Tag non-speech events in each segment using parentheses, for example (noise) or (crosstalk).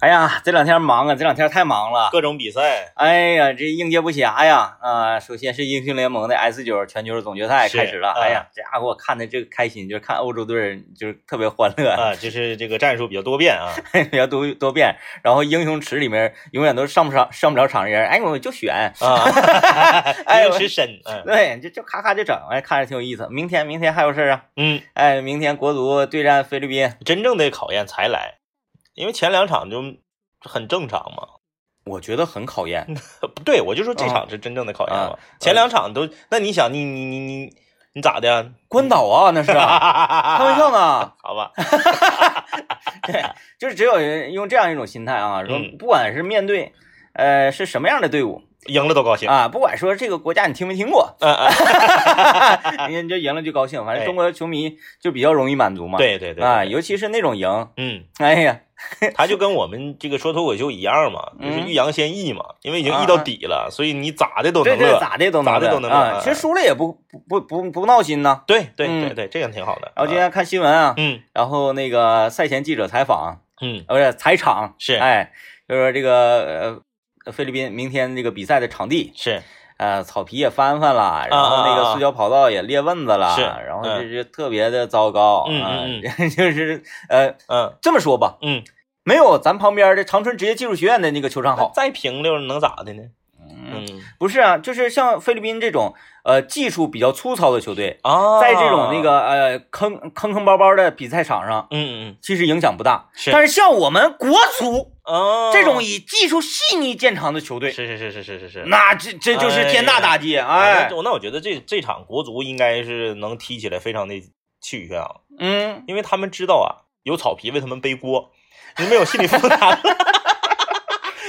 哎呀，这两天忙啊，这两天太忙了。 (laughs) 各种比赛，哎呀，这应接不暇呀！啊、首先是英雄联盟的 S 九全球总决赛是开始了。啊哎呀，这家伙我看的这个开心，就是看欧洲队儿就是特别欢乐，啊，就是这个战术比较多变 (laughs) 啊，比较多多变。然后英雄池里面永远都上不上上不了场的人，哎，我就选，啊， (laughs) 哎 (laughs) 一我个是深，嗯对，就就咔咔就整，哎，看着挺有意思。明天明天还有事儿啊，嗯，哎，明天国足对战菲律宾，真正的考验才来，因为前两场就很正常嘛，我觉得很考验。不对，我就说这啊场是真正的考验啊嘛，前两场都，那你想，你你你你你咋的呀？ (laughs) 关岛啊，那是啊，开开玩笑，呢。好吧，对，就是只有用这样一种心态啊，说嗯不管是面对，呃，是什么样的队伍赢了都高兴，啊，不管说这个国家你听没听过，嗯人嗯，(laughs) 家你就赢了就高兴，反正哎中国球迷就比较容易满足嘛。对对对啊，对尤其是那种赢，嗯。哎呀，他就跟我们这个说脱口秀一样嘛，就是嗯欲扬先抑嘛，因为已经啊抑到底了，所以你咋的都这能这乐，咋的都能咋的乐都能乐啊，啊其实输了也不不不不闹心呐。对对嗯对对，这样挺好的。然后今啊，天看新闻啊，嗯然后那个赛前记者采访，嗯，呃不是采场是哎，就是说这个呃菲律宾明天这个比赛的场地，是呃，草皮也翻翻了，然后那啊啊个啊塑胶跑道也裂蚊子了，是然后嗯这是特别的糟糕，嗯啊 (laughs) 嗯就是呃，嗯这么说吧，嗯，没有咱旁边的长春职业技术学院的那个球场好，再平溜能咋的呢？嗯不是啊，就是像菲律宾这种呃技术比较粗糙的球队，啊，在这种那，个呃坑坑坑包包的比赛场上，嗯嗯其实影响不大，是但是像我们国足哦，这种以技术细腻见长的球队，是是是是是是是。那这这就是天大打击，啊哎那，我那我觉得这这场国足应该是能踢起来非常的气宇轩昂，嗯。因为他们知道啊，有草皮为他们背锅，你们有心理负担。 (laughs)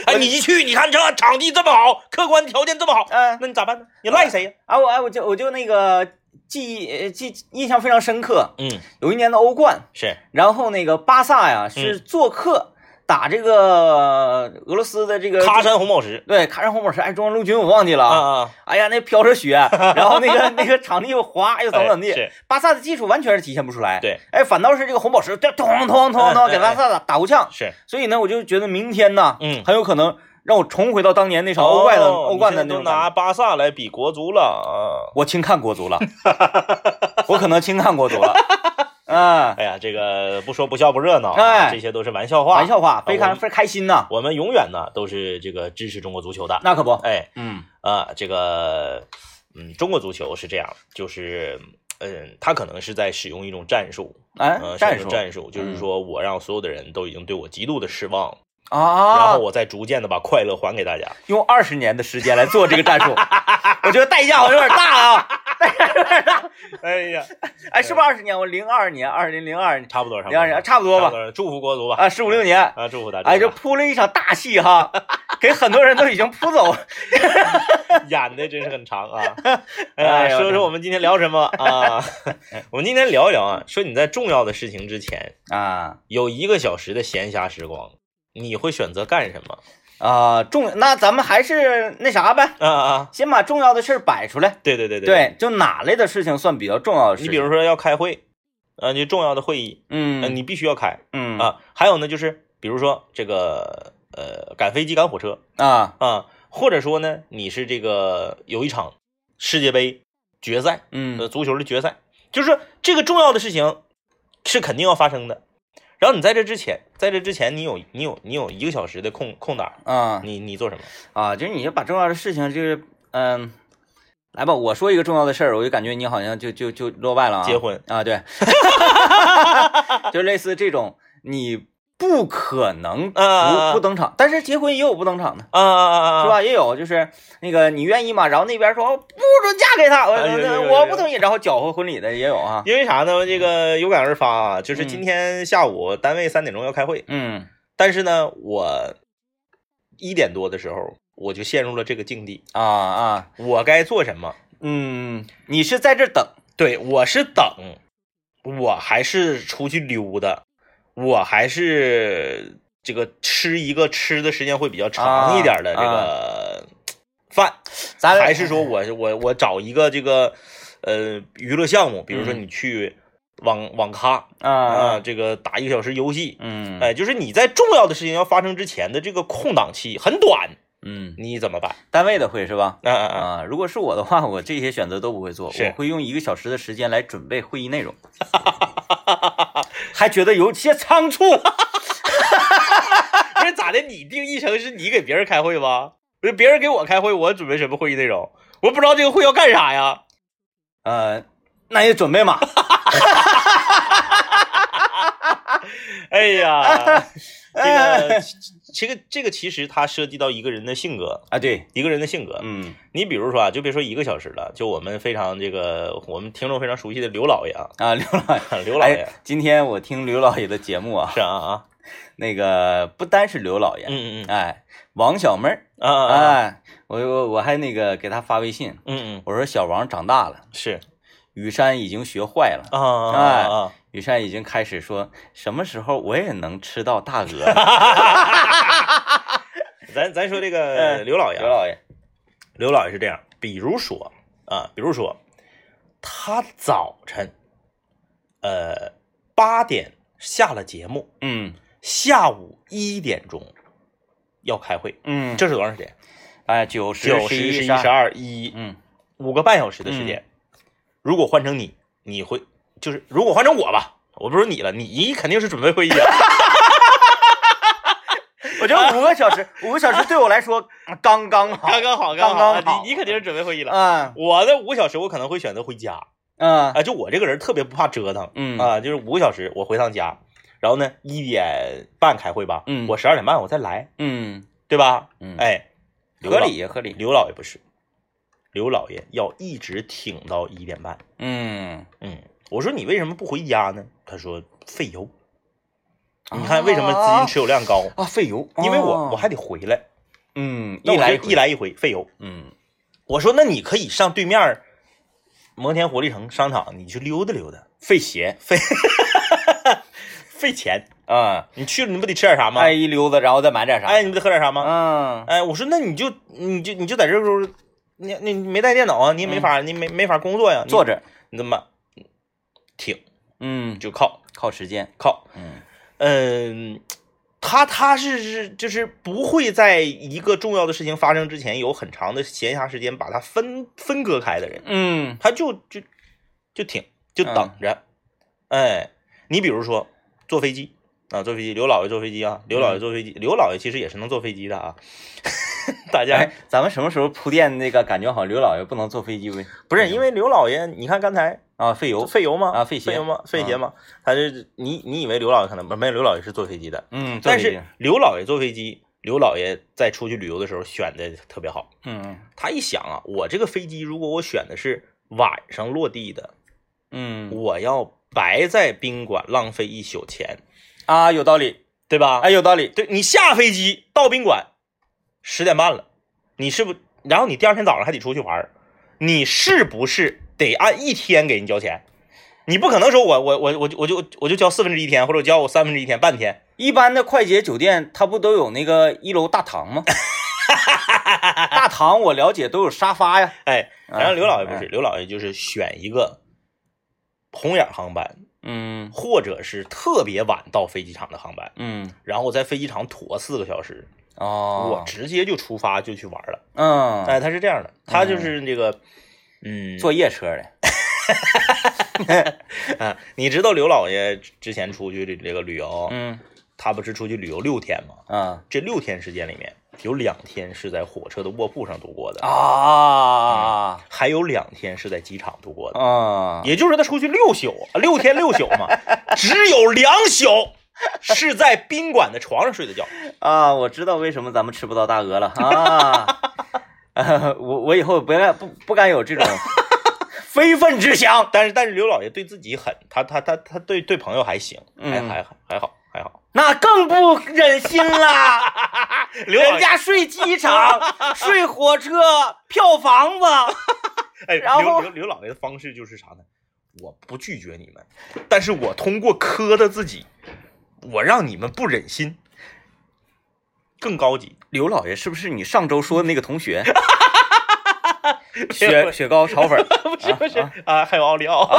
哎，你一去，你看这场地这么好，客观条件这么好，嗯、那你咋办呢？你赖谁呀？啊，我哎，我就我就那个记忆呃记印象非常深刻，嗯，有一年的欧冠，是然后那个巴萨嗯呀是做客打这个俄罗斯呃的这个喀山红宝石对喀山红宝石，哎，中央陆军我忘记了啊啊，啊，哎呀，那飘着 (laughs) 雪，然后那个那个场地又滑，又怎么怎么哎地，是巴萨的技术完全是体现不出来，对，哎，反倒是这个红宝石，这咚咚咚哎咚哎给巴萨打打够呛，是所以呢，我就觉得明天呢，嗯很有可能让我重回到当年那场欧冠的、哦欧冠的你那种现在都感觉拿巴萨来比国足了啊！我轻看国足了， (laughs) 我可能轻看国足了，嗯， (laughs) 哎呀，这个不说不笑不热闹啊，哎这些都是玩笑话。玩，笑话，非啊我常们非常开心呐，我们永远呢都是这个支持中国足球的。那可不，哎嗯啊，这个嗯，中国足球是这样，就是嗯，他可能是在使用一种战术，哎呃，，战是一术嗯种战术就是说我让所有的人都已经对我极度的失望，然啊后，我再逐渐的把快乐还给大家。用二十年的时间来做这个战术， (laughs) 我觉得代价好像有点大啊，哎呀，哎，是不是二十年？我零二年，二零零二年，差不多，差不零多二，年差不多差不吧，多祝福国足吧。啊，十五六年，啊，祝福大家！哎，就铺了一场大戏哈， (laughs) 给很多人都已经铺走， (laughs) 演的真是很长 (laughs) 啊！哎哎呦呀，说说我们今天聊什么 (laughs) 啊？我们今天聊一聊啊，说你在重要的事情之前啊有一个小时的闲暇时光，你会选择干什么？啊，重，那咱们还是那啥呗，啊啊，先把重要的事儿摆出来。对对对，对，就哪类的事情算比较重要的事你情？比如说要开会，啊，你重要的会议，嗯，呃嗯你必须要开嗯啊。还有呢，就是比如说这个呃，赶飞机赶火车啊啊，或者说呢，你是这个有一场世界杯决赛，呃，嗯足球的决赛，就是说这个重要的事情是肯定要发生的。然后你在这之前，在这之前你有你有你有一个小时的空空档，啊你你做什么？啊，就是你就把重要的事情就是嗯。来吧，我说一个重要的事儿，我就感觉你好像就就就落败了啊！结婚啊， (laughs) 对，就类似这种，你不可能不、啊啊啊不登场，但是结婚也有不登场的，啊啊啊是啊！吧？也有就是那个你愿意吗？然后那边说哦不准嫁给他，我、啊有有有有我不同意，然后搅和婚礼的也有啊。因为啥呢？这个有感而发啊，就是嗯今天下午单位三点钟要开会，嗯但是呢，我一点多的时候我就陷入了这个境地，啊啊我该做什么？嗯，你是在这儿等对我是等，我还是出去溜达，我还是这个吃一个吃的时间会比较啊长一点的这个饭，咱俩嗯还是说我我我找一个这个呃娱乐项目，比如说你去网网咖嗯啊，啊，这个打一个小时游戏，嗯，哎，就是你在重要的事情要发生之前的这个空档期很短，嗯，你怎么办？单位的会是吧？啊啊啊！啊，如果是我的话，我这些选择都不会做，是我会用一个小时的时间来准备会议内容，还觉得有些仓促。不是咋的？你定义成是你给别人开会吧？不是别人给我开会，我准备什么会议内容？我不知道这个会要干啥呀？呃，那也准备嘛。哎呀， (laughs) 这个这个这个其实它涉及到一个人的性格，啊，对，一个人的性格。嗯你比如说啊，就别说一个小时了，就我们非常这个我们听众非常熟悉的刘老爷啊， (laughs) 啊，刘老爷，刘老爷、哎，今天我听刘老爷的节目啊，是啊啊，那个不单是刘老爷，嗯嗯哎，王小妹儿，嗯啊啊，哎，我我我还那个给他发微信，嗯嗯我说小王长大了，是雨山已经学坏了。啊啊哎啊雨山已经开始说，什么时候我也能吃到大鹅？咱咱说这个刘老爷啊，嗯刘老 (laughs) 爷，刘老爷是这样，比如说啊，比如说他早晨，呃，八点下了节目，嗯下午一点钟要开会，嗯，这是多长时间？哎九十九十、十一一、十二，二、嗯一，嗯五个半小时的时间。如果换成你，你会就是如果换成我吧，我不说你了，你肯定是准备会议啊。我觉得五个小 (laughs) 时，五个小时对我来说刚刚好， (laughs) 刚 (laughs) 刚好，刚好，刚好你你肯定是准备会议了。啊我的五个小时，我可能会选择回家啊、啊就我这个人特别不怕折腾，嗯啊、就是五个小时我回趟家，然后呢一点半开会吧，嗯我十二点半我再来，嗯对吧？嗯，，哎，合理合理，刘老爷不是，刘老爷要一直挺到一点半。嗯，嗯，我说你为什么不回家呢？他说费油。你看为什么资金持有量高？啊费油，因为我哦我还得回来，嗯哦那一我来就一来，来一回费油。嗯我说那你可以上对面儿摩天活力城商场，你去溜达溜达，费鞋 (laughs) 费钱。啊，你去了你不得吃点啥吗？哎一溜达，然后再买点啥？哎，你不得喝点啥吗？嗯哎，我说那你就你就你就在这时候，你你没带电脑啊，你也没法、你没没法工作呀，嗯你坐，着，你怎么挺嗯就靠靠时间，靠嗯嗯，他他是是就是不会在一个重要的事情发生之前有很长的闲暇时间把它分分割开的人，嗯他就就就挺就等着。哎，你比如说坐飞机啊，坐飞机，刘老爷坐飞机啊，刘老爷坐飞机，刘老爷其实也是能坐飞机的啊。 (laughs) 大家、哎，咱们什么时候铺垫那个感觉好像刘老爷不能坐飞机呗？不是因为刘老爷，你看刚才啊，费油，费嗯油吗？啊费鞋费油吗？费鞋吗？他是你你以为刘老爷可能不没有刘老爷是坐飞机的，嗯，坐但飞机是刘老爷坐飞机，刘老爷在出去旅游的时候选的特别好。嗯他一想啊，我这个飞机如果我选的是晚上落地的，嗯我要白在宾馆浪费一宿钱，啊，有道理，对吧？哎，，有道理，对你下飞机到宾馆十点半了，你是不？然后你第二天早上还得出去玩儿，你是不是得按一天给你交钱？你不可能说我我我我就我就我就交四分之一天，或者我交我三分之一天半天，一般的快捷酒店，它不都有那个一楼大堂吗？大堂我了解都有沙发呀。哎，啊然后刘老爷不是，刘老爷就是选一个红眼航班，嗯或者是特别晚到飞机场的航班，嗯然后在飞机场妥四个小时，我哦，直接就出发就去玩了。嗯，哎，他是这样的，他就是这个，嗯，坐夜车的，啊，你知道刘老爷之前出去这这个旅游，嗯他不是出去旅游六天吗？啊这六天时间里面，有两天是在火车的卧铺上度过的，啊还有两天是在机场度过的。啊，也就是他出去六宿，啊六天六宿 (laughs) 嘛，只有两宿是在宾馆的床上睡的觉。啊，我知道为什么咱们吃不到大鹅了啊！呃我我以后不要不不敢有这种非分之想。但是但是刘老爷对自己狠，他他他他对对朋友还行，还嗯还还好还好。那更不忍心啦！刘老人爷家睡机场、睡火车、票房子，哎，然后刘刘刘老爷的方式就是啥呢？我不拒绝你们，但是我通过磕的自己，我让你们不忍心。更高 (laughs) 级，刘老爷是不是你上周说的那个同 (laughs) 学？没有雪雪糕炒粉儿，啊 (laughs) 不是不是啊还有奥利奥，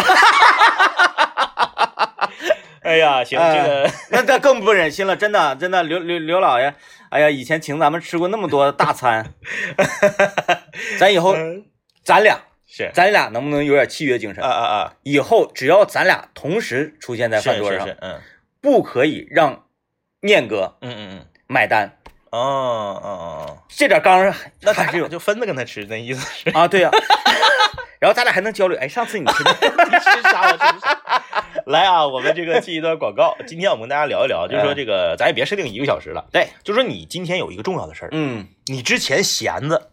哎呀，行，哎这个 (laughs) 那那更不忍心了，真的真的，刘刘刘老爷，哎呀，以前请咱们吃过那么多大 (laughs) 餐，咱以后嗯咱俩 (laughs) 是咱俩能不能有点契约精神啊？啊啊，以后只要咱俩同时出现在是饭是桌上，是，嗯不可以让念哥嗯嗯嗯，买单，哦哦哦，这点刚上那还咱是有俩就分着跟他吃，那意思是啊， (laughs) 对呀、然后咱俩还能交流，哎，上次你吃的，你吃啥我吃啥。 (laughs) 来啊，我们这个进一段广告。今天我们跟大家聊一聊，嗯就是说这个咱也别设定一个小时了，对，就说你今天有一个重要的事儿，嗯，你之前闲着，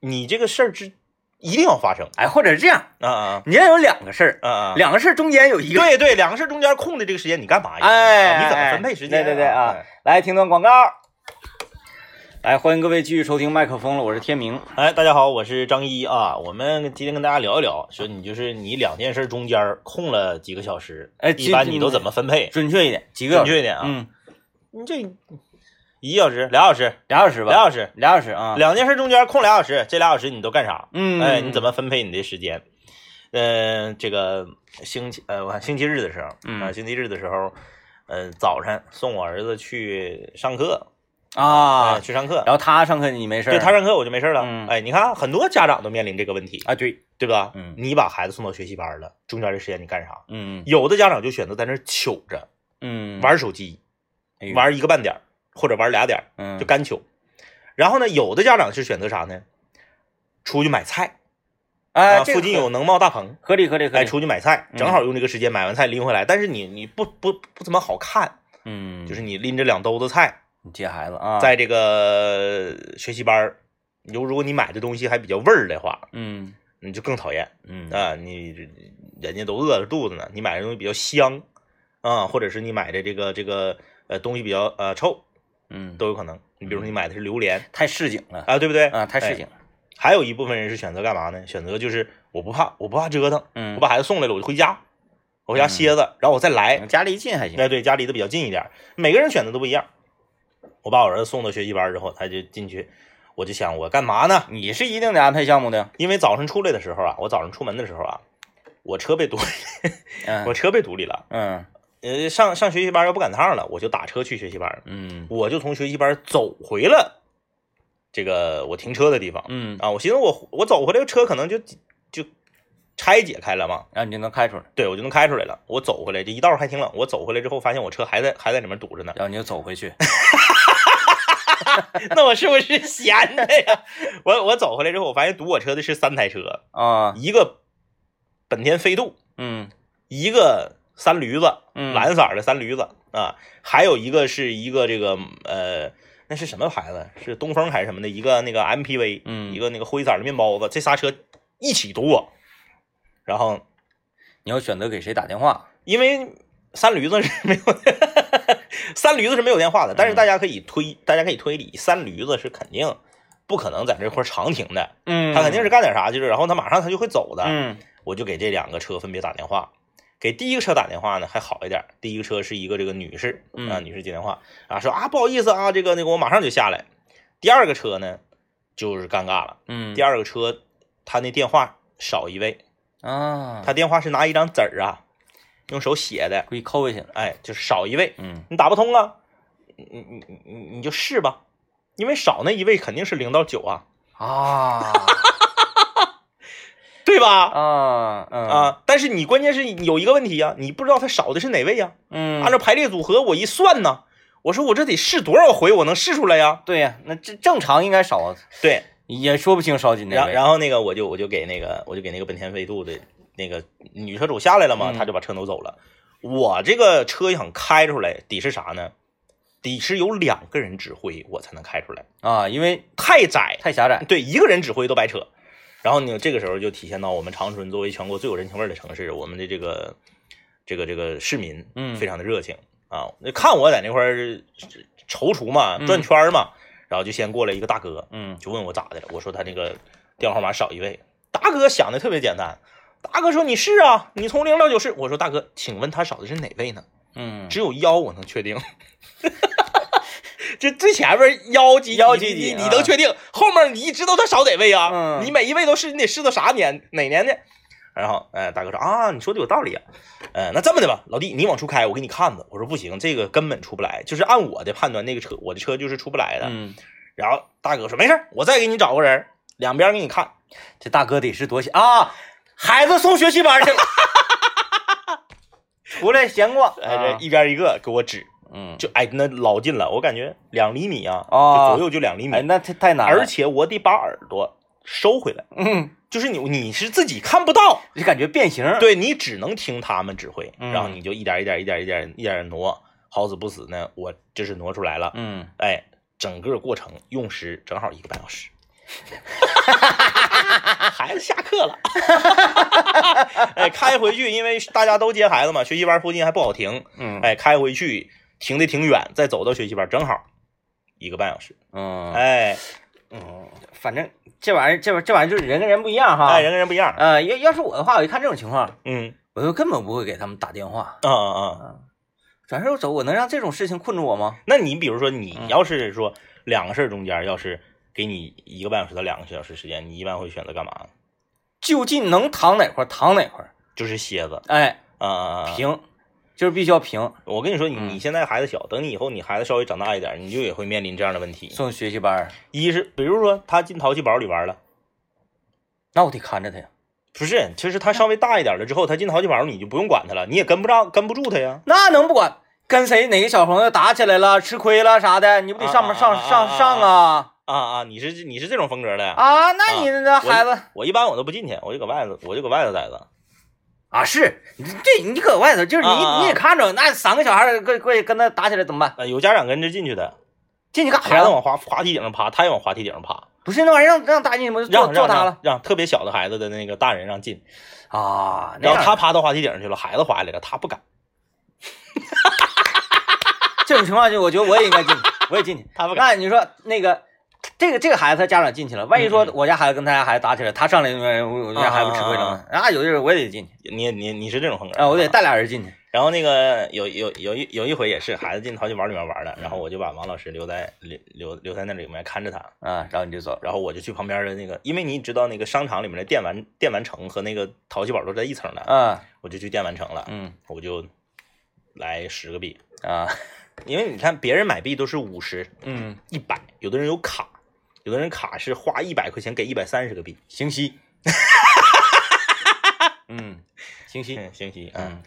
你这个事儿之一定要发生哎，或者是这样，啊啊你要有两个事儿，啊啊！两个事儿中间有一个，对对，两个事中间空的这个时间你干嘛呀？哎，啊你怎么分配时间、哎对对对啊，来听段广告。来，欢迎各位继续收听麦克风了，我是天明。哎，大家好，我是张一啊。我们今天跟大家聊一聊，说你就是你两件事中间空了几个小时，哎一般你都怎么分配？准确一点，几个小准时？确一点啊，嗯，你这一个小时、俩小时、俩小时俩吧，小时，俩小时啊。两件事中间空俩小时，这俩小时你都干啥？嗯，哎，你怎？么分配你的时间？嗯、这个星期呃，我看星期日的时候，嗯啊，星期日的时候，嗯、早晨送我儿子去上课啊哎，去上课，然后他上课你没事儿，对他上课我就没事了。嗯哎，你看很多家长都面临这个问题，啊，对，对吧？嗯你把孩子送到学习班了，中间的时间你干啥？嗯有的家长就选择在那儿糗着嗯，玩手机，哎呦玩一个半点儿或者玩俩点儿嗯就干糗。然后呢，有的家长是选择啥呢？出去买菜哎，啊，这个附近有能茂大棚，合理合理合哎，理，出去买菜，嗯正好用这个时间买完菜拎回来。但是你你不不不怎么好看，嗯，就是你拎着两兜子菜，你接孩子啊，在这个学习班儿，如如果你买的东西还比较味儿的话，嗯你就更讨厌。嗯啊，你人家都饿着肚子呢，你买的东西比较香啊，或者是你买的这个这个呃东西比较呃臭嗯，都有可能。你比如说你买的是榴莲太市井了啊，对不对？啊，太市井哎。了，还有一部分人是选择干嘛呢？选择就是我不怕，我不怕折腾，嗯我，把孩子送来了，我就回家，我回家歇着，然后我再来。嗯家离近还行，哎，对，家离得比较近一点儿，每个人选择都不一样。我把我儿子送到学习班之后，他就进去，我就想我干嘛呢？你是一定得安排项目的，因为早上出来的时候啊，我早上出门的时候啊，我车被堵， (laughs) 我嗯车被堵里了。嗯呃，上上学习班要不赶趟了，我就打车去学习班，嗯我就从学习班走回了这个我停车的地方嗯，啊。我寻思我我走回来车可能就就拆解开了嘛，然后你就能开出来，对我就能开出来了。我走回来这一道还挺冷，我走回来之后发现我车还在还在里 (laughs)，面堵着呢然后你就走回去，那我是不是闲的呀？我我走回来之后，我发现堵我车的是三台车，啊，一个本田飞度，嗯一个三驴子，嗯，蓝色儿的三驴子啊，还有一个是一个这个呃，那是什么牌子？是东风还是什么的？一个那个 MPV，嗯一个那个灰色儿的面包子，这仨车一起堵我。然后你要选择给谁打电话，因为三驴子是没有，三驴子是没有电话的，嗯但是大家可以推，大家可以推理，三驴子是肯定不可能在这块儿长停的，嗯他肯定是干点啥，就是然后他马上他就会走的。嗯我就给这两个车分别打电话。给第一个车打电话呢还好一点，第一个车是一个这个女士嗯啊，女士接电话啊，说啊不好意思啊，这个那个我马上就下来。第二个车呢就是尴尬了，嗯，第二个车他那电话少一位，啊，他电话是拿一张纸儿啊，用手写的，故意抠下去了，哎，就是少一位，嗯你打不通啊，你你你你你就试吧，因为少那一位肯定是零到九啊，啊对吧？啊嗯啊，但是你关键是你有一个问题呀、你不知道他少的是哪位呀、嗯，按照排列组合，我一算呢，我说我这得试多少回我能试出来呀？对呀，那这正常应该少，对，也说不清少几哪然位，然后那个我就我就给那个我就给那个本田飞度的那个女车主下来了嘛，嗯她就把车挪走了。我这个车想开出来，得是啥呢？得是有两个人指挥我才能开出来，啊，因为太窄，太狭窄，对，一个人指挥都白扯。然后呢，这个时候就体现到我们长春作为全国最有人情味儿的城市，我们的这个这个这个市民，嗯非常的热情啊。那看我在那块儿踌躇嘛，嗯转圈儿嘛，然后就先过来一个大哥，嗯就问我咋的了，我说他这个电话号码少一位。大哥想的特别简单，大哥说你是啊，你从零到九是。我说大哥，请问他少的是哪位呢？嗯只有幺我能确定。 (laughs) 就最前面幺几幺几几你几你啊能确定，后面你知道他少哪位啊？嗯你每一位都是，你得试到啥年哪年的？然后，哎，大哥说啊，你说的有道理啊，呃，那这么的吧，老弟，你往出开，我给你看着。我说不行，这个根本出不来，就是按我的判断，那个车我的车就是出不来的。嗯，然后大哥说没事儿，我再给你找个人儿，两边给你看。这大哥得是多闲啊，孩子送学习班去了，出来闲逛，哎，这啊一边一个给我指，嗯，就挨那老近了，我感觉两厘米啊，哦就左右就两厘米哎，，那太太难了，而且我得把耳朵收回来，嗯，就是你你是自己看不到，就感觉变形，对你只能听他们指挥，嗯然后你就一点一点一点一点一点挪，好死不死呢，我这是挪出来了，嗯，哎，整个过程用时正好一个半小时。孩子下课了，哎，开回去，因为大家都接孩子嘛，学习班附近还不好停，嗯，哎，开回去停的挺远，再走到学习班正好一个半小时，嗯，哎，嗯，反正这玩意儿，这玩意儿这玩意儿就是人跟人不一样哈，哎，人跟人不一样，呃，要要是我的话，我一看这种情况，嗯，我就根本不会给他们打电话，啊啊啊，转身就走，我能让这种事情困住我吗？那你比如说你嗯要是说两个事儿中间要是给你一个半小时到两个小时时间，你一般会选择干嘛呢？就近能躺哪块儿躺哪块儿，就是歇着哎，啊啊，啊平，就是必须要平。我跟你说，你嗯你现在孩子小，等你以后你孩子稍微长大一点，你就也会面临这样的问题。送学习班儿，一是比如说他进淘气堡里玩了，那我得看着他呀。不是，其实他稍微大一点了之后，他进淘气堡你就不用管他了，你也跟不上跟不住他呀。那能不管跟谁哪个小朋友打起来了、吃亏了啥的，你不得上面啊上啊啊上啊上啊啊啊，你是你是这种风格的呀？啊？那你那孩子我一般我都不进去，我就搁外头，我就搁外头待着。啊，是你对你搁外头，就是你啊啊啊你也看着，那三个小孩儿过过去跟他打起来怎么办？呃，有家长跟着进去的，进去干啥孩子？往滑滑梯顶上爬，他也往滑梯顶上爬。不是那玩意儿让让打进去吗？坐让让坐他让了让特别小的孩子的那个大人让进，啊？那然后样他爬到滑梯顶上去了，孩子滑下来了，他不敢，这种情况就我觉得我也应该进去，我也进去。他不敢。那你说那个这个这个孩子他家长进去了，万一说嗯嗯我家孩子跟他家孩子打起来，他上来就我我家孩子吃亏了呢，啊，有的人我也得进去你你你是这种风格啊，我得。带俩人进去。然后那个有有有一有一回也是孩子进淘气堡里面玩了，然后我就把王老师留在留留留在那里面看着他，啊，然后你就走。然后我就去旁边的那个，因为你知道那个商场里面的电玩电玩城和那个淘气堡都在一层的，啊，我就去电玩城了，嗯我就来十个币，啊，因为你看别人买币都是五十 (laughs) 嗯，一百，有的人有卡，有的人卡是花一百块钱给一百三十个币，行西，嗯，行西。嗯，星期，嗯嗯，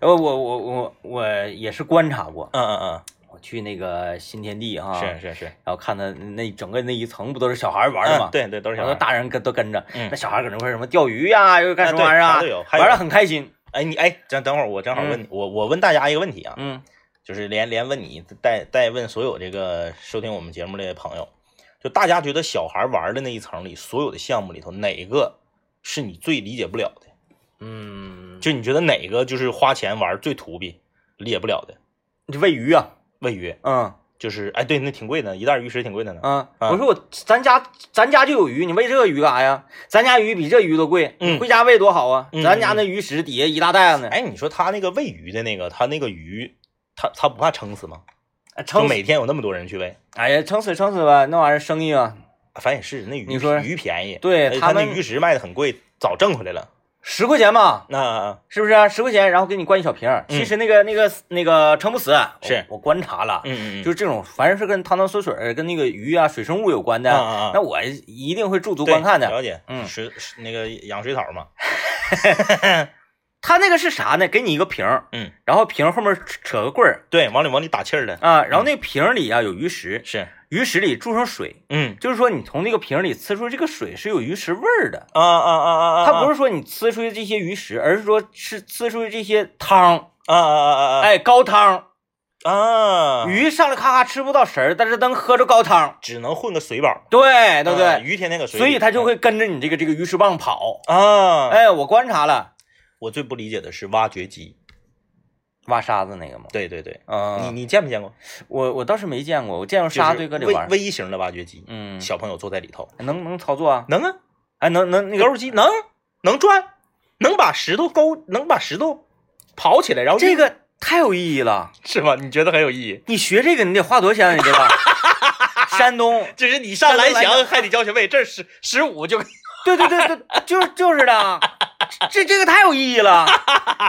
呃，我我我我也是观察过，嗯嗯我去那个新天地哈，嗯，是然是是，后看他那整个那一层不都是小孩玩嗯的吗？对对，都是然小后孩。大人跟都跟着，嗯那小孩搁那块儿什么钓鱼呀、又干什么玩意儿啊啊对啥都有，还有玩的很开心。哎，你哎，等等会儿，我正好问你，我我问大家一个问题啊，嗯就是连连问你，带带问所有这个收听我们节目的朋友，就大家觉得小孩玩的那一层里，所有的项目里头，哪个是你最理解不了的？嗯，就你觉得哪个就是花钱玩最土逼，理解不了的？就喂鱼啊，喂鱼，嗯就是哎，对，那挺贵的，一袋鱼食挺贵的呢。嗯，啊我说我咱家咱家就有鱼，你喂这个鱼干啥呀？咱家鱼比这鱼都贵，嗯你回家喂多好啊！嗯咱家那鱼食底下一大袋子呢，哎，你说他那个喂鱼的那个，他那个鱼，他他不怕撑死吗？哎就撑死，每天有那么多人去喂。哎呀，撑死撑死吧，那玩意儿生意啊，啊反正也是那鱼你说鱼便宜，对而且他哎他那们鱼食卖的很贵，早挣回来了。十块钱嘛，那是不是啊、十块钱，然后给你灌一小瓶儿。嗯其实那个那个那个撑不死，啊是我我观察了，嗯嗯，就是这种凡是跟汤汤水水儿、跟那个鱼啊、水生物有关的，啊啊啊那我一定会驻足对观看的。了解，嗯水是那个养水草嘛，它那个是啥呢？给你一个瓶儿，嗯，然后瓶儿后面扯扯个棍儿对，往里往里打气儿的，啊，然后那瓶儿里啊有鱼食，是，鱼食里注上水，嗯就是说你从这个瓶儿里呲出这个水是有鱼食味儿的。啊啊啊啊啊，它不是是说你呲出去这些鱼食，而是说是呲出去这些汤，啊啊啊啊哎，高汤，啊啊，鱼上来咔咔吃不到食儿，但是能喝着高汤，只能混个水饱，哎对对不啊对？鱼天天搁水里，所以它就会跟着你这个这个鱼食棒跑。啊，，哎，我观察了，我最不理解的是挖掘机，挖沙子那个吗？对对对，你嗯，你见没见过？我我倒是没见过，我见过就沙是堆搁里微玩儿。微型的挖掘机，嗯，小朋友坐在里头，能能操作啊？能啊，哎，能能那钩个儿机能能转，能把石头勾，能把石头刨起来，然后这运个太有意义了。是吧？你觉得很有意义？你学这个你得花多少钱，你知道吧？山东，就是你上蓝蓝翔 (laughs) 翔还得交学费，这十十五就对对对对，就是就是的啊。这这个太有意义了。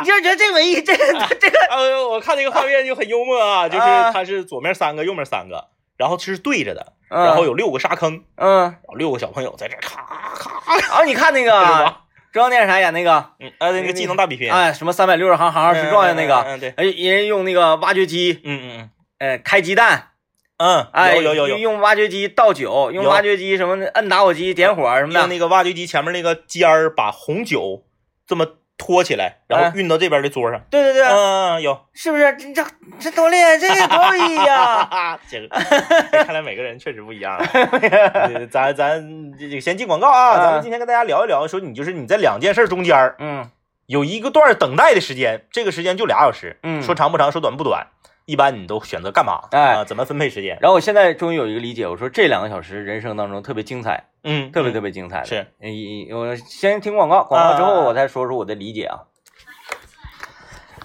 你要觉得这没意义，这个这个呃，我看那个画面就很幽默啊，就是啊它是左面三个，右面三个，然后是对着的，嗯 (laughs) 然后有六个沙坑，嗯然后六个小朋友在这咔咔啊，你看那 (laughs) 个开始玩啊中央电视台演那个，嗯，呃，那个技能大比拼，哎，什么三百六十行，行行出状元那嗯个，嗯嗯对，哎，人用那个挖掘机，嗯嗯呃，开鸡蛋，嗯哎，嗯，有有有有，用挖掘机倒酒，用有挖掘机什么的摁打火机点火什么用的，那个挖掘机前面那个尖儿把红酒这么拖起来，然后运到这边的桌上，对对对，嗯嗯有，是不是？这这这多厉害，这个多有意义 (laughs) 哈啊！ (laughs) 哈，这个看来每个人确实不一样啊。呃咱咱这个先进广告啊，咱嗯们今天跟大家聊一聊，说你就是你在两件事中间儿嗯有一个段儿等待的时间，这个时间就俩小时，嗯，说长不长，说短不短，一般你都选择干嘛？哎啊，怎么分配时间？然后我现在终于有一个理解，我说这两个小时人生当中特别精彩，嗯，特别嗯特别精彩的。是嗯，嗯我先听广告，广告之后我再说说我的理解啊。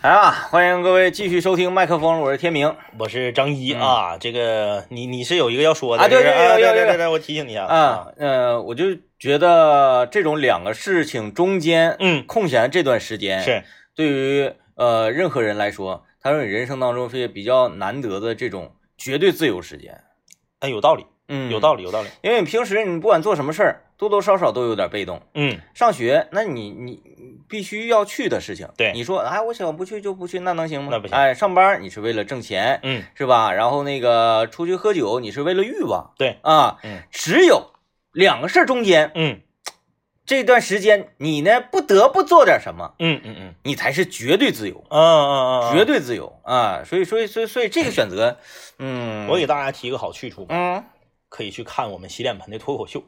来吧，欢迎各位继续收听麦克风，我是天明我是张一啊，这个你你是有一个要说嗯的啊对是不是对啊有有对有对对，我提醒你啊，啊，呃，我就觉得这种两个事情中间嗯，空闲这段时间，是对于呃任何人来说，他说你人生当中是比较难得的这种绝对自由时间。哎，有道理，嗯，有道理，有道理，因为你平时你不管做什么事儿，多多少少都有点被动。嗯上学，那你你你必须要去的事情，对你说，哎，我想不去就不去，那能行吗？那不行哎，上班你是为了挣钱，嗯，是吧？然后那个出去喝酒，你是为了欲望，对啊，嗯只有两个事儿中间嗯这段时间，你呢不得不做点什么，嗯嗯嗯你才是绝对自由，嗯嗯嗯，绝对自由啊！所以，所以，所以，所以这个选择，嗯，我给大家提一个好去处吧，嗯，可以去看我们洗脸盆的脱口秀，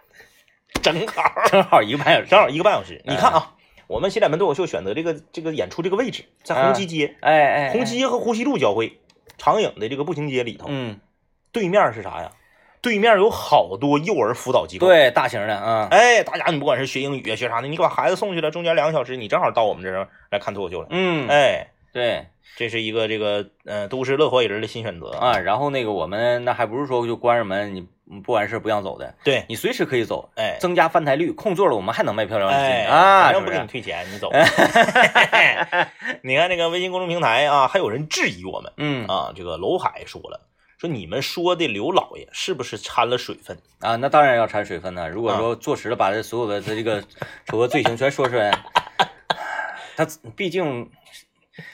(laughs) 正好正好一个半小时，正好一个半小时。你看嗯啊，我们洗脸盆脱口秀选择这个这个演出这个位置在红旗街，哎哎，哎红旗，街和呼吸路交汇，长影的这个步行街里头，嗯，对面是啥呀？对面有好多幼儿辅导机构。，对，大型的啊，哎，大家你不管是学英语啊学啥的，你把孩子送去了，中间两个小时你正好到我们这儿来看脱口秀了。嗯，哎，对。这这是一个这个呃都市乐活人的新选择。啊，然后那个我们那还不是说就关上门，你嗯不完事儿不让走的，对，你随时可以走，哎，增加翻台率，空座了我们还能卖票让你哎进啊，反是正不不给你是？退钱，你走。 (laughs) 你看那个微信公众平台啊，还有人质疑我们嗯啊。这个楼海说了，说你们说的刘老爷是不是掺了水分？啊，那当然要掺水分了。啊如果说坐实了，把这所有的这 (laughs) 个丑恶罪行全说出来，他毕竟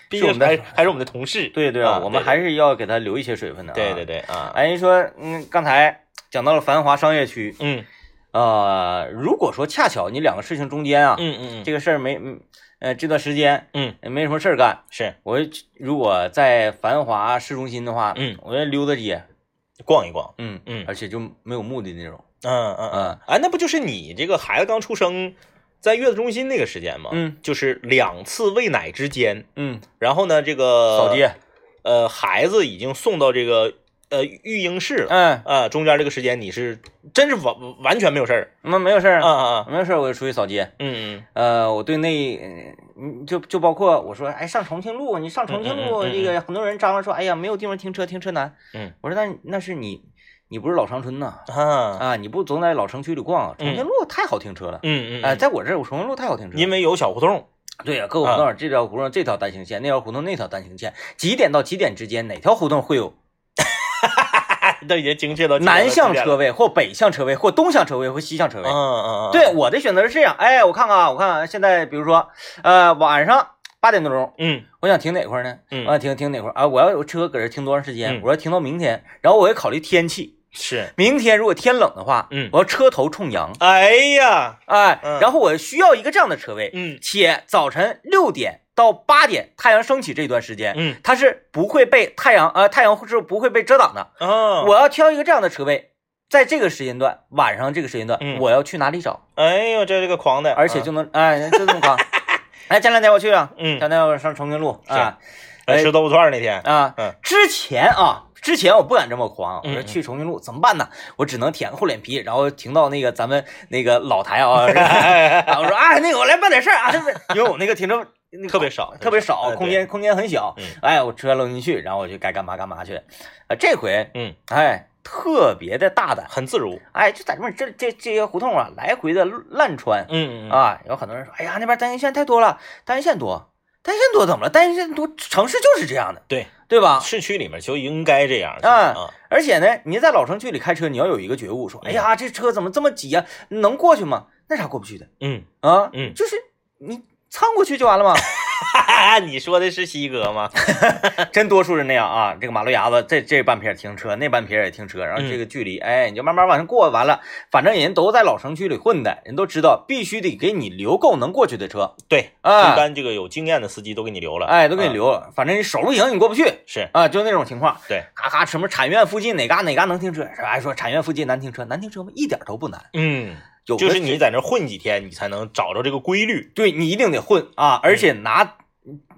毕是我们竟的还还是我们的同事。对对啊我们还是要给他留一些水分的、对对。对对啊，哎，人说，嗯，刚才讲到了繁华商业区，嗯呃，如果说恰巧你两个事情中间啊，嗯嗯这嗯，个事儿没，嗯呃，这段时间嗯没什么事儿干，是我如果在繁华市中心的话，嗯，我要溜达街，逛一逛。嗯嗯而且就没有目的那种，啊嗯嗯嗯，哎，那不就是你这个孩子刚出生，在月子中心那个时间吗？嗯就是两次喂奶之间，嗯，然后呢，这个扫，街，呃，孩子已经送到这个呃育婴室了。嗯，啊，中间这个时间你是真是完完全没有事儿那没有事儿，啊啊，没有事儿，我就出去扫街。嗯呃，我对那，呃嗯，就就包括我说，哎，上重庆路，你上重庆路，嗯嗯嗯嗯这个很多人张罗说，哎呀，没有地方停车，停车难。嗯我说那那是你，你不是老长春呐、嗯啊，啊，你不总在老城区里逛啊？重庆嗯路太好停车了，嗯嗯，哎，哎，在我这儿，我重庆路太好停车了。因为有小胡同，对呀、各个啊胡同、这条胡同这条单行线，那条胡同那条单行线，几点到几点之间，哪条胡同会有哎呃都已经精确到南向车，位或北向车位或东向车位或西向车位？嗯嗯嗯，对，，我的选择是这样，哎，我看看啊，我看看现在，比如说，呃，晚上八点多钟，嗯我想停哪块儿呢？嗯我想停停哪块儿啊？我要有车搁这停多长时间？嗯我要停到明天，然后我要考虑天气，是，明天如果天冷的话，嗯我要车头冲阳，哎呀，哎，嗯然后我需要一个这样的车位，嗯且早晨六点到八点太阳升起这段时间，嗯它是不会被太阳呃太阳是不会被遮挡的。啊，我要挑一个这样的车位，在这个时间段，晚上这个时间段，嗯我要去哪里找？哎呦，这这个狂的，啊而且就能哎，就这么 (laughs) 高。哎，前两天我去了，嗯前两天我上重庆路是啊吃豆腐串那天，啊嗯，之前啊。之前我不敢这么狂，啊我嗯说嗯去重庆路怎么办呢？我只能舔个厚脸皮，然后停到那个咱们那个老台啊， (laughs) 哎啊我说啊，那个我来办点事儿啊，因为我那个停车特别少，特别少，空间空间很小哎嗯。哎，我车扔进去，然后我就该干嘛干嘛去。啊，这回，嗯，哎，特别的大胆，很自如。哎，就在这边这这这些胡同啊，来回的乱穿嗯嗯嗯啊。有很多人说，哎呀，那边单行线太多了，单行线多，单行线多怎么了？单行线多，城市就是这样的，对，对吧？市区里面就应该这样。啊啊，而且呢，你在老城区里开车，你要有一个觉悟，说，哎呀，这车怎么这么挤呀、啊能过去吗？那啥过不去的嗯，啊，嗯就是你蹭过去就完了嘛。哈哈，你说的是西哥吗？真多数人那样啊，这个马路牙子这这半撇停车，那半撇也停车，然后嗯这个距离，哎，你就慢慢往上过，完了，反正人都在老城区里混的，人都知道必须得给你留够能过去的车，对，啊一般这个有经验的司机都给你留了，哎，都给你啊。留，反正你手不行你过不去是，啊，就那种情况。对，咔咔，什么产院附近哪嘎哪嘎能停车？哎，说产院附近难停车，难停车吗？一点都不难，嗯，有的就是你在那儿混几天，你才能找着这个规律。对你一定得混啊，而且拿、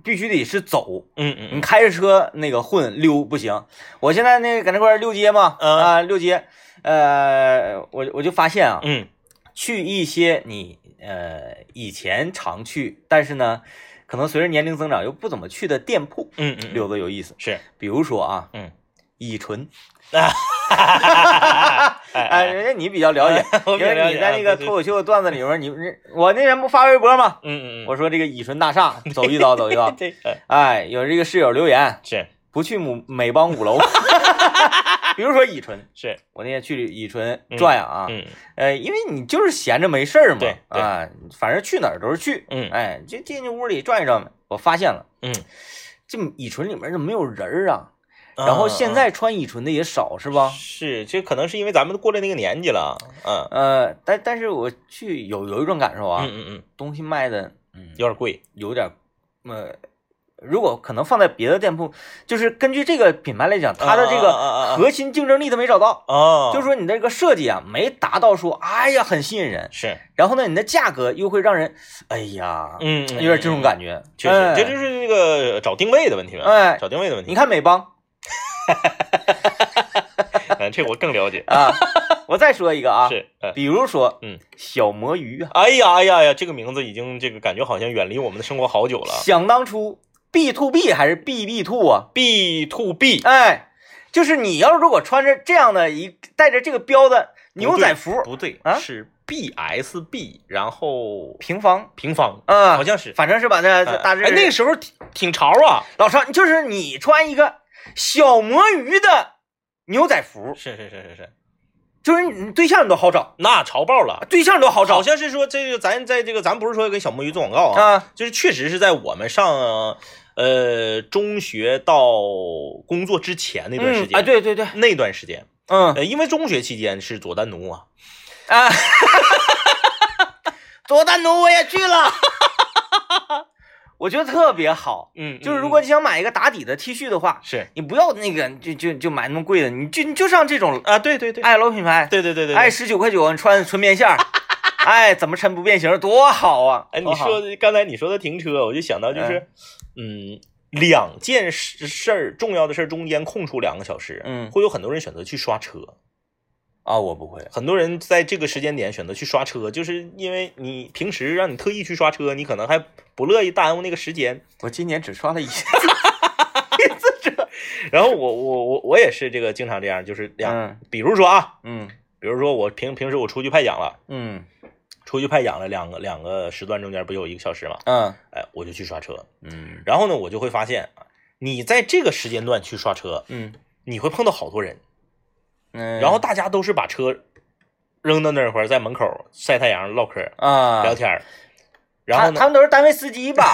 必须得是走，嗯你嗯开着车那个混溜不行。我现在那个搁那块儿溜街嘛，啊、嗯溜街，呃，我我就发现啊，嗯去一些你呃以前常去，但是呢，可能随着年龄增长又不怎么去的店铺，嗯嗯嗯，溜的有意思。是，比如说啊，嗯，乙醇，哎哎，哎，人家你比较了解， (laughs) 我因比较为你在那个了解啊脱口秀的段子里面，你你我那天不发微博吗？嗯嗯嗯，。我说这个乙醇大厦走一遭，走一遭 (laughs) 对，哎哎，有这个室友留言，是不去母美邦五楼。 (laughs) 比如说乙醇，是，我那天去乙醇转呀啊，嗯呃，因为你就是闲着没事儿嘛，对对啊，反正去哪儿都是去，嗯哎，就进去屋里转一转呗。我发现了，嗯，这乙醇里面怎么没有人儿啊？然后现啊在穿乙醇的也少是吧啊？是，这可能是因为咱们过了那个年纪了，嗯呃，但但是我去有有一种感受啊，嗯嗯嗯，东西卖的嗯有点贵，有点儿，呃，如果可能放在别的店铺，就是根据这个品牌来讲，它的这啊啊啊个啊核心竞争力它没找到，哦，就是说你的这个设计啊，没达到说，哎呀，很吸引人。是，然后呢，你的价格又会让人，哎呀，嗯，有点这种觉，感觉。确实，哎这就是这个找定位的问题嘛，哎，找定位的问你题，看美邦嗯，这我更了解，啊，我再说一个啊，是，嗯比如说，嗯，小魔鱼啊，哎呀哎呀哎呀，这个名字已经这个感觉好像远离我们的生活好久了想当初 B to B 还是 B B to 啊？ ，B to B，哎，就是你要如果穿着这样的一带着这个标的牛仔服，不嗯对啊是 B S B，然后平方平方，啊好，像是，反正是把它哎大致哎那个时候挺挺潮啊，老常就是你穿一个小魔鱼的牛仔服，是是是是是，就是你对象你都好找，那潮爆了。对象都好好找像是说这个，咱在这个，咱不是说给小魔鱼做广告啊，啊。就是确实是在我们上呃中学到工作之前那段时嗯，间，啊，对对对，那段时间，嗯呃，因为中学期间是佐丹奴啊， (laughs) 啊，佐丹奴我也去了， (laughs) 我觉得特别好。嗯就是如果你想买一个打底的 T 恤的话，是你不要那个就就就买那么贵的，你就你就上这种啊，对对对，爱罗品牌， (laughs) 对对对对，哎，，十九块九，你穿纯棉 (laughs) 线儿，哎，怎么抻不变形，多好啊！哎，你多好哎说的刚才你说的停车，我就想到就是，嗯。两件事事儿重要的事儿中间空出两个小时，嗯会有很多人选择去刷车，啊，我不会，很多人在这个时间点选择去刷车，就是因为你平时让你特意去刷车，你可能还不乐意耽误那个时间，我今年只刷了一次，然后我我我我也是这个经常这样，就是两，嗯比如说啊，嗯比如说我平平时我出去派养了，嗯出去派养了两个两个时段中间不有一个小时嘛，嗯哎，我就去刷车，嗯然后呢，我就会发现啊，你在这个时间段去刷车，嗯你会碰到好多人，嗯，然后大家都是把车扔到那块儿，在门口晒太阳、唠嗑、啊，聊天儿，然后他呢他，们都是单位司 (laughs) 机吧？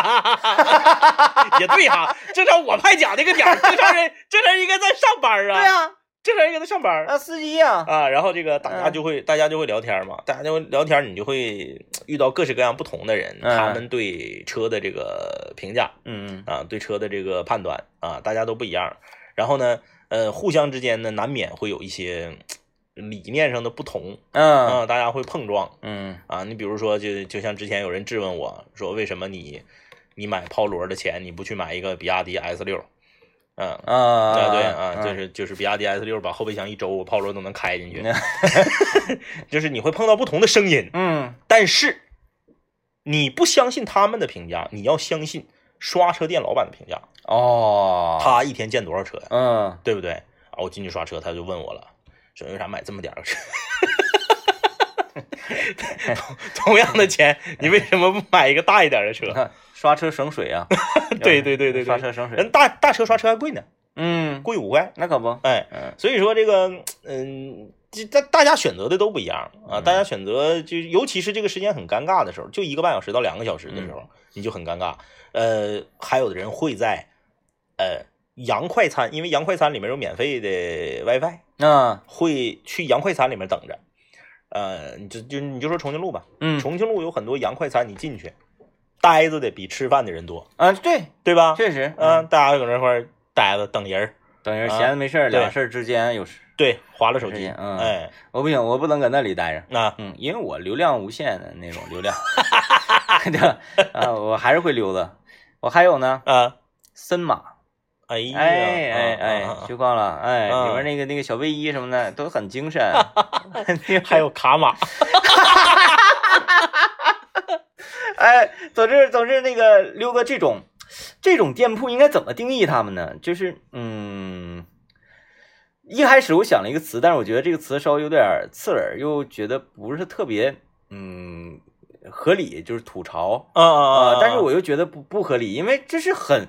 (laughs) 也对哈，正常我派奖那个点儿，正常人正常人应该在上班儿啊，对啊，正常人应该在上班儿那司机呀，啊，然后这个大家嗯就会、大家就会聊天嘛，大家就会聊天，你就会遇到各式各样不同的人，嗯他们对车的这个评价嗯啊，对车的这个判断啊，大家都不一样。然后呢，呃，互相之间呢，难免会有一些嗯理念上的不同嗯啊，大家会碰撞嗯啊。你比如说，就就像之前有人质问我说，为什么你你买抛罗的钱，你不去买一个比亚迪 S 六？嗯，啊对对啊，就是就是比亚迪 S 六把后备箱一周，我炮楼都能开进去。就是你会碰到不同的声音，嗯但是你不相信他们的评价，你要相信刷车店老板的评价。哦，他一天见多少车呀？嗯对不对？然后我进去刷车，他就问我了，说为啥买这么点儿个车？ (laughs) 同样的钱，你为什么不买一个大一点的车 (laughs) 你？看刷车省水 (laughs) 啊，对对对对对刷车省水，人大大车刷车还贵呢，嗯，贵五块。那可不，哎，嗯所以说这个，嗯，这大大家选择的都不一样啊，嗯大家选择就尤其是这个时间很尴尬的时候，就一个半小时到两个小时的时嗯候，你就很尴尬。呃，还有的人会在呃洋快餐，因为洋快餐里面有免费的 WiFi，那会去洋快餐里面等着。呃，你就就你就说重庆路吧，嗯重庆路有很多洋快餐，你进去，呆着的比吃饭的人多，啊，对，对吧？确实，嗯、，大家搁那块儿呆着等人儿，等于啊闲着没事儿，对俩事儿之间有时，对，划拉手是机，的嗯哎，我不行，我不能搁那里待着，那嗯，因为我流量无限的那种流 (laughs) 量，对啊，我还是会溜达。我还有呢，啊，森马，哎呀，哎哎啊哎， (laughs) 啊去逛了，哎，啊里面那个那个小卫衣什么 (laughs) 的都很精神，还有卡玛， (laughs) 哎，总之总之那个溜达这种这种店铺应该怎么定义他们呢？就是嗯，一开始我想了一个词，但是我觉得这个词稍微有点儿刺耳，又觉得不是特别嗯合理，就是吐槽啊啊呃但是我又觉得不不合理，因为这是很，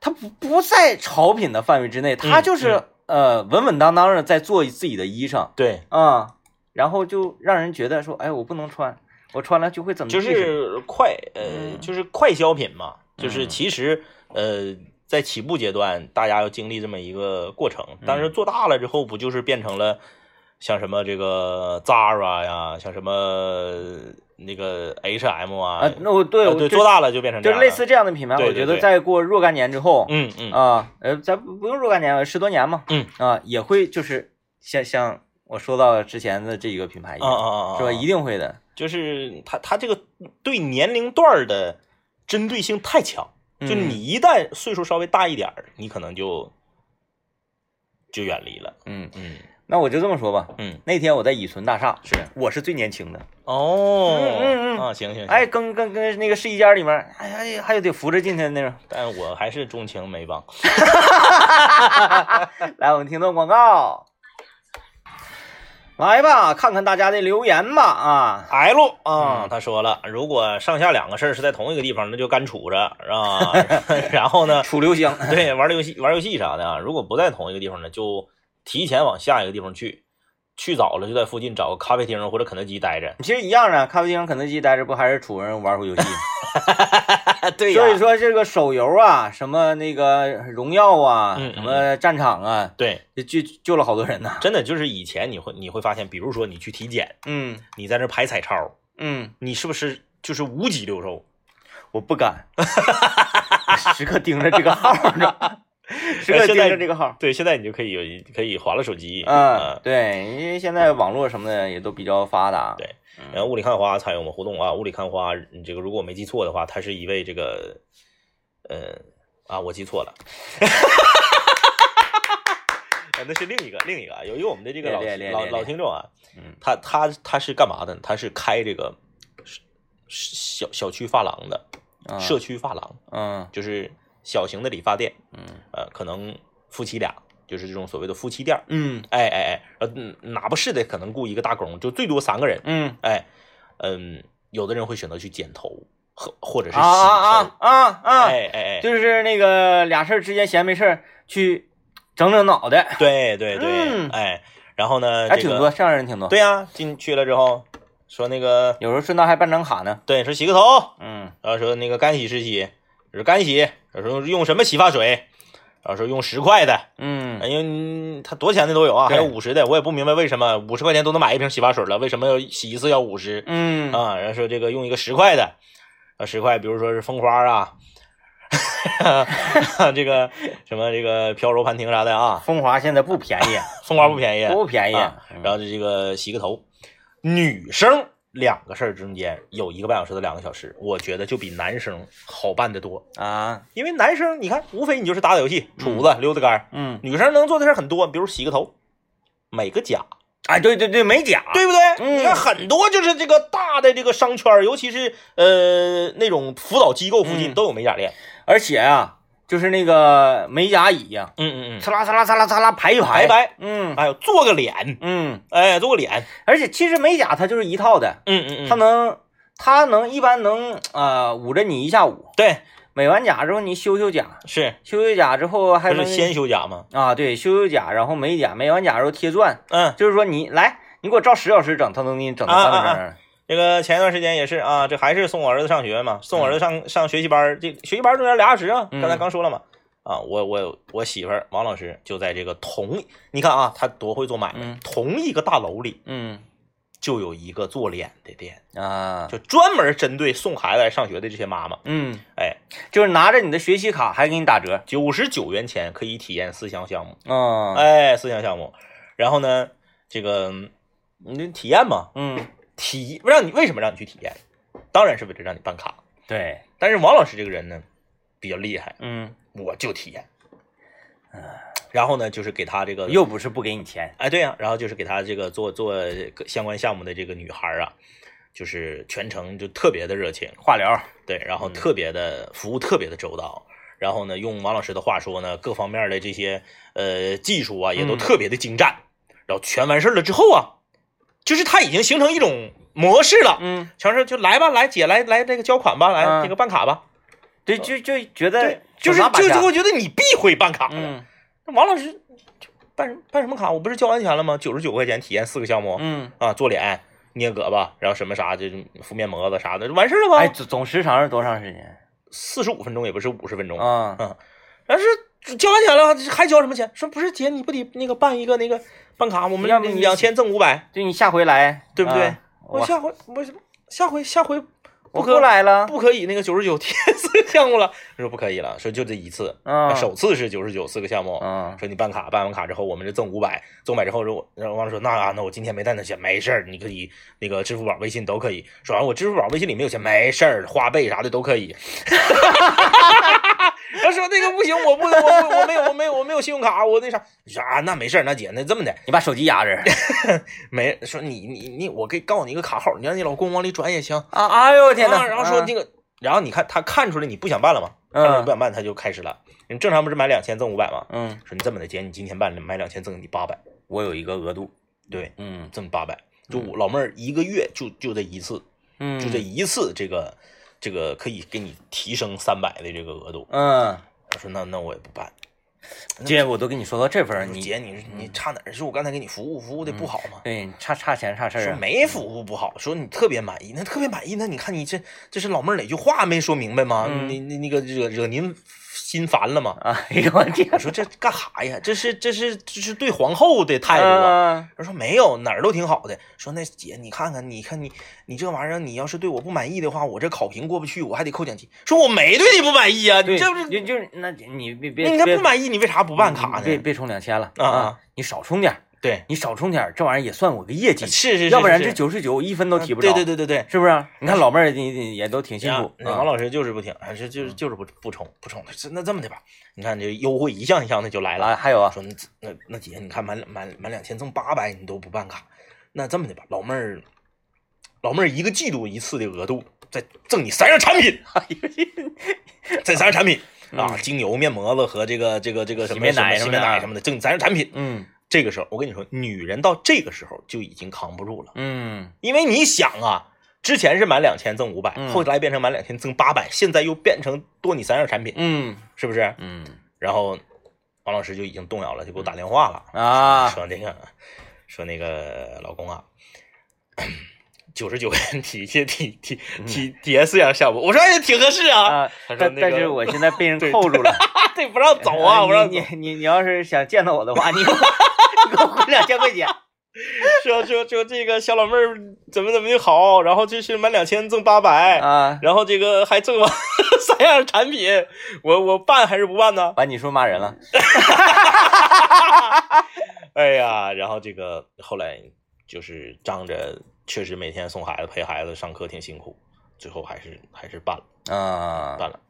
它不不在潮品的范围之内，它嗯就是、呃稳稳当当的在做自己的衣裳对，啊、然后就让人觉得说，哎，我不能穿，我穿了嗯就会怎么就地什么是快呃，嗯就是快消品嘛，就是嗯其实呃，在起步阶段，大家要经历这么一个过程，嗯但是做大了之后，不就是变成了像什么这个 Zara 呀，像什么那个 H&M 啊啊，，那我对呃我对，就做大了就变成就这是样类了似，这样的品牌，对我对觉得对在过若干年之后，嗯嗯啊，呃，咱不不用若干年吧，十多年嘛，嗯啊，也会就是像像我说到之前的这个品牌一啊样，啊啊，啊是吧？一定会的，就是他他这个对年龄段儿的针对性太强，嗯就你一旦岁数稍微大一点儿，你可能就就远离了。嗯，嗯那我就这么说吧，嗯，那天我在乙醇大厦，是我是最年轻的，哦，嗯嗯嗯啊，行行，行哎，，跟跟跟那个试衣间里面，哎呀哎呀，还有得扶着进去的那种。但我还是钟情美邦。来，我们听段广告，来吧，看看大家的留言吧啊。 L 啊，他说了，如果上下两个事儿是在同一个地方，那就干杵着啊。 (laughs) 然后呢，楚留香，对，玩儿游戏玩儿游戏啥的啊，如果不在同一个地方呢，就提前往下一个地方去，去早了就在附近找个咖啡厅或者肯德基待着。其实一样啊，咖啡厅、肯德基待着不还是楚人玩会游戏吗？啊，对所以说这个手游啊，什么那个荣耀啊，嗯嗯什么战场啊，对，就救救了好多人呢。真的就是以前你会你会发现，比如说你去体检，嗯你在那排彩超，嗯，你是不是就是无脊六兽？我不敢， (laughs) 时刻盯着这个号 (laughs) 呢，时刻盯着这个号。对，现在你就可以有可以划了手机，嗯啊，，对，因为现在网络什么的也都比较发达。对然后雾里看花参与我们活动啊，雾里看花，嗯这个如果我没记错的话，他是一位这个，呃，啊，我记错了。 (laughs) 啊，那是另一个另一个啊，由于我们的这个老练练练老练老听众啊嗯，他他他是干嘛的呢？他是开这个小小区发廊的，嗯社区发廊，嗯就是小型的理发店，嗯呃，可能夫妻俩就是这种所谓的夫妻店儿，嗯哎哎哎，呃，嗯哪怕是的，可能雇一个大工，就最多三个人，嗯，哎，嗯，有的人会选择去剪头或或者是洗啊头，啊啊啊啊！哎哎哎，就是那个俩事儿之间闲没事儿去整整脑袋，对对对，嗯哎，然后呢，还这挺个多，这样人挺多。对呀、进去了之后说那个，有时候顺道还办张卡呢。对，说洗个头，嗯。然后说那个干洗是洗，说干洗，然后说用什么洗发水，然后说用十块的，嗯，哎呀，嗯它多少钱的都有啊，还有对五十的，我也不明白为什么五十块钱都能买一瓶洗发水了，为什么要洗一次要五十嗯，啊？然后说这个用一个十块的，啊十块，比如说是蜂花啊， (laughs) 这个什么这个飘柔盘婷啥的啊，风华现在不便 (laughs) 宜，蜂花不便宜，不便宜。哎啊嗯然后这个洗个头，女生两个事儿中间有一个半小时到两个小时，我觉得就比男生好办得多，啊，因为男生你看，无非你就是打打游戏、杵子、溜达杆儿，嗯，女生能做的事儿很多，比如洗个头、美个甲，哎，对对对，美甲，对不对？嗯你看很多就是这个大的这个商圈儿，尤其是呃那种辅导机构附近嗯都有美甲店。而且啊，就是那个美甲椅呀、嗯嗯擦啦擦啦擦啦擦啦排一排排，白，嗯哎呦，做个脸，嗯，哎，做个脸，而且其实美甲它就是一套的，嗯嗯嗯，它能它能一般能啊捂着你一下午，对美完甲之后你修修甲，是，修修甲之后还不能是先修甲吗？啊对修修甲，然后美甲美完甲之后贴钻，嗯，就是说你来你给我照十小时整，它能给你整到啊三分啊钟。这个前一段时间也是啊，这还是送我儿子上学嘛，送我儿子上、上学习班儿，这学习班儿中间俩小时啊，嗯刚才刚说了嘛，啊，我我我媳妇儿王老师就在这个同，你看啊，她多会做买卖，嗯同一个大楼里嗯就有一个做脸的店，啊，就专门针对送孩子来上学的这些妈妈，嗯，哎，就是拿着你的学习卡还给你打折，九十九元钱可以体验四项项目，嗯，哎，四项项目，然后呢，这个嗯你就体验嘛，嗯，体让你为什么让你去体验？当然是为了让你办卡，对，但是王老师这个人呢比较厉害。嗯，我就体验。嗯然后呢，就是给他这个，又不是不给你钱，哎，对呀、然后就是给他这个做做各相关项目的这个女孩儿啊，就是全程就特别的热情，化疗，对，然后嗯特别的服务特别的周到，然后呢，用王老师的话说呢，各方面的这些呃技术啊，也都嗯特别的精湛。然后全完事儿了之后啊，就是他已经形成一种模式了，嗯，全是就来吧，来姐来来这个交款吧，来嗯这个办卡吧，对，就就觉得对，就是手拿把就是掐我觉得你必会办卡的。嗯那王老师就办什办什么卡？我不是交完钱了吗？九十九块钱体验四个项目、嗯，啊，做脸、捏胳膊，然后什么啥，就是敷面膜子啥的，就完事儿了哎，吧？总总时长是多长时间四十五分钟也不是五十分钟，啊？但是交完钱了还交什么钱？说不是姐，你不得那个办一个那个办卡，我们要不你两千挣五百，就你下回来，对不对啊我我下回我下回下回我可不来了，不可以那个九十 (laughs) 九贴四个项目了，说不可以了，说就这一次，啊，首次是九十九四个项目，啊，说你办卡，办完卡之后我们就赠五百，赠五百之后，如果然后王老师说那啊，那我今天没带那钱，没事儿，你可以那个支付宝、微信都可以。说完我支付宝、微信里没有钱，没事儿，花呗啥的都 (laughs) 可以。 (laughs) 他说那个不行，我不，我不，我没有，我没有，我没有信用卡，我那啥，你说啊，那没事儿，那姐，那这么的，你把手机压着 (laughs) 没说你你你，我给告诉你一个卡号，你让你老公往里转也行。啊！哎呦我天啊哪！然后说啊那个，然后你看他看出来你不想办了嘛，看出来你不想办，他就开始了。你正常不是买两千赠五百吗？嗯，说你这么的，姐，你今天办买两千赠你八百，我有一个额度，对，嗯挣八百。就我老妹儿一个月就就这一次，嗯，就这一次，这个这个可以给你提升三百的这个额度。嗯，我说那那我也不办。姐我都跟你说到这份儿，我说你嗯姐你你差哪儿？是我刚才给你服务服务的不好吗？对你差差钱差事儿说啊，没服务不好，说你特别满意，那特别满意，那你看你这这是老妹儿哪句话没说明白吗？嗯你你那个惹惹您心烦了吗？哎呦我天我，说这干啥呀？这是这是这是对皇后的态度啊！嗯他说没有，哪儿都挺好的。说那姐，你看看，你看你，你这玩意儿，你要是对我不满意的话，我这考评过不去，我还得扣奖金。说我没对你不满意啊，你对，这不是，就就是那你别别那你看别嗯不满意，你为啥不办卡别呢？别充两千了啊啊！你少充点儿，对，你少充点儿，这玩意儿也算我个业绩是，是呃是，要不然是嗯这九十九一分都提不着，对对对对对。是不是？你看老妹儿你你也都挺辛呀苦，啊嗯那王老老师就是不听，还是就是就是不不充不充。是那这么的吧，你看这优惠一项一项的就来了。啊，还有啊，说那那那姐，你看满满满两千赠八百，你都不办卡，那这么的吧，老妹儿，老妹儿一个季度一次的额度，再赠你三样产品，这三样产品啊，精油、面膜子和这个这个这个嗯什洗么面什么奶洗什么面的奶啊什么的，赠你三样产品。 (laughs) 嗯这个时候，我跟你说，女人到这个时候就已经扛不住了，嗯因为你想啊，之前是满两千赠五百，嗯后来变成满两千赠八百，现在又变成多你三样产品，嗯是不是？嗯然后王老师就已经动摇了，就给我打电话了。啊，说那个，说那个老公啊，九十九元提提提提提提四样项目，我说哎挺合适啊，嗯啊他说但那但是个我现在被人对扣 (laughs) 住了，啊对，不让走啊，呃不让 (laughs) 你走，你你你要是想见到我的话，你给我 (laughs) 你给我回两千块 (laughs) 钱，说说说这个小老妹儿怎么怎么就好，然后这是满两千赠八百，啊，然后这个还赠我三样产品，我我办还是不办呢？完你是不是骂人了？哎呀，然后这个后来就是仗着确实每天送孩子陪孩子上课挺辛苦，最后还是还是办了啊，办了。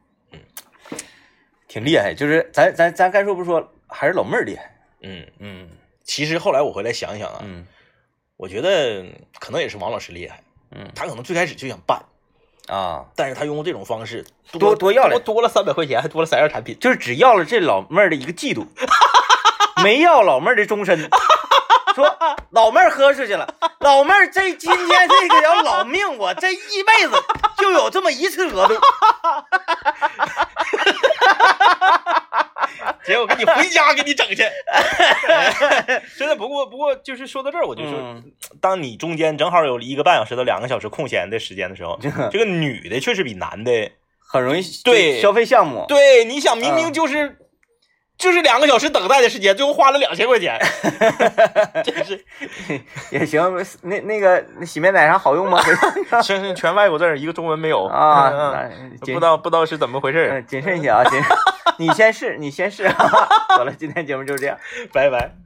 挺厉害，就是咱咱咱该说不说，还是老妹儿厉害，嗯，嗯其实后来我回来想想啊，嗯我觉得可能也是王老师厉害，嗯他可能最开始就想办，啊，但是他用这种方式多多多要了多了三百块钱，还多了三样产品。就是只要了这老妹儿的一个嫉妒，没要老妹儿的终身。说老妹儿喝出去了，老妹儿这今天这个条老命，我这一辈子就有这么一次额度。 (laughs) 姐，我给你回家给你整去。 (laughs) 真的，不过不过就是说到这儿，我就说，嗯当你中间正好有一个半小时到两个小时空闲的时间的时候，这个女的确实比男的，很容易 (laughs) 对消费项目，对，你想明明就是、就是两个小时等待的时间，最后花了两千块钱， (laughs) 真是也行。那那个那洗面奶啥好用吗？ (laughs) (laughs) 全是全外国字儿，一个中文没有啊，嗯嗯那不谨知道不知道是怎么回事儿，啊 (laughs) 嗯谨慎一些啊，谨，你先试，你先试。好了，今天节目就这样。拜拜。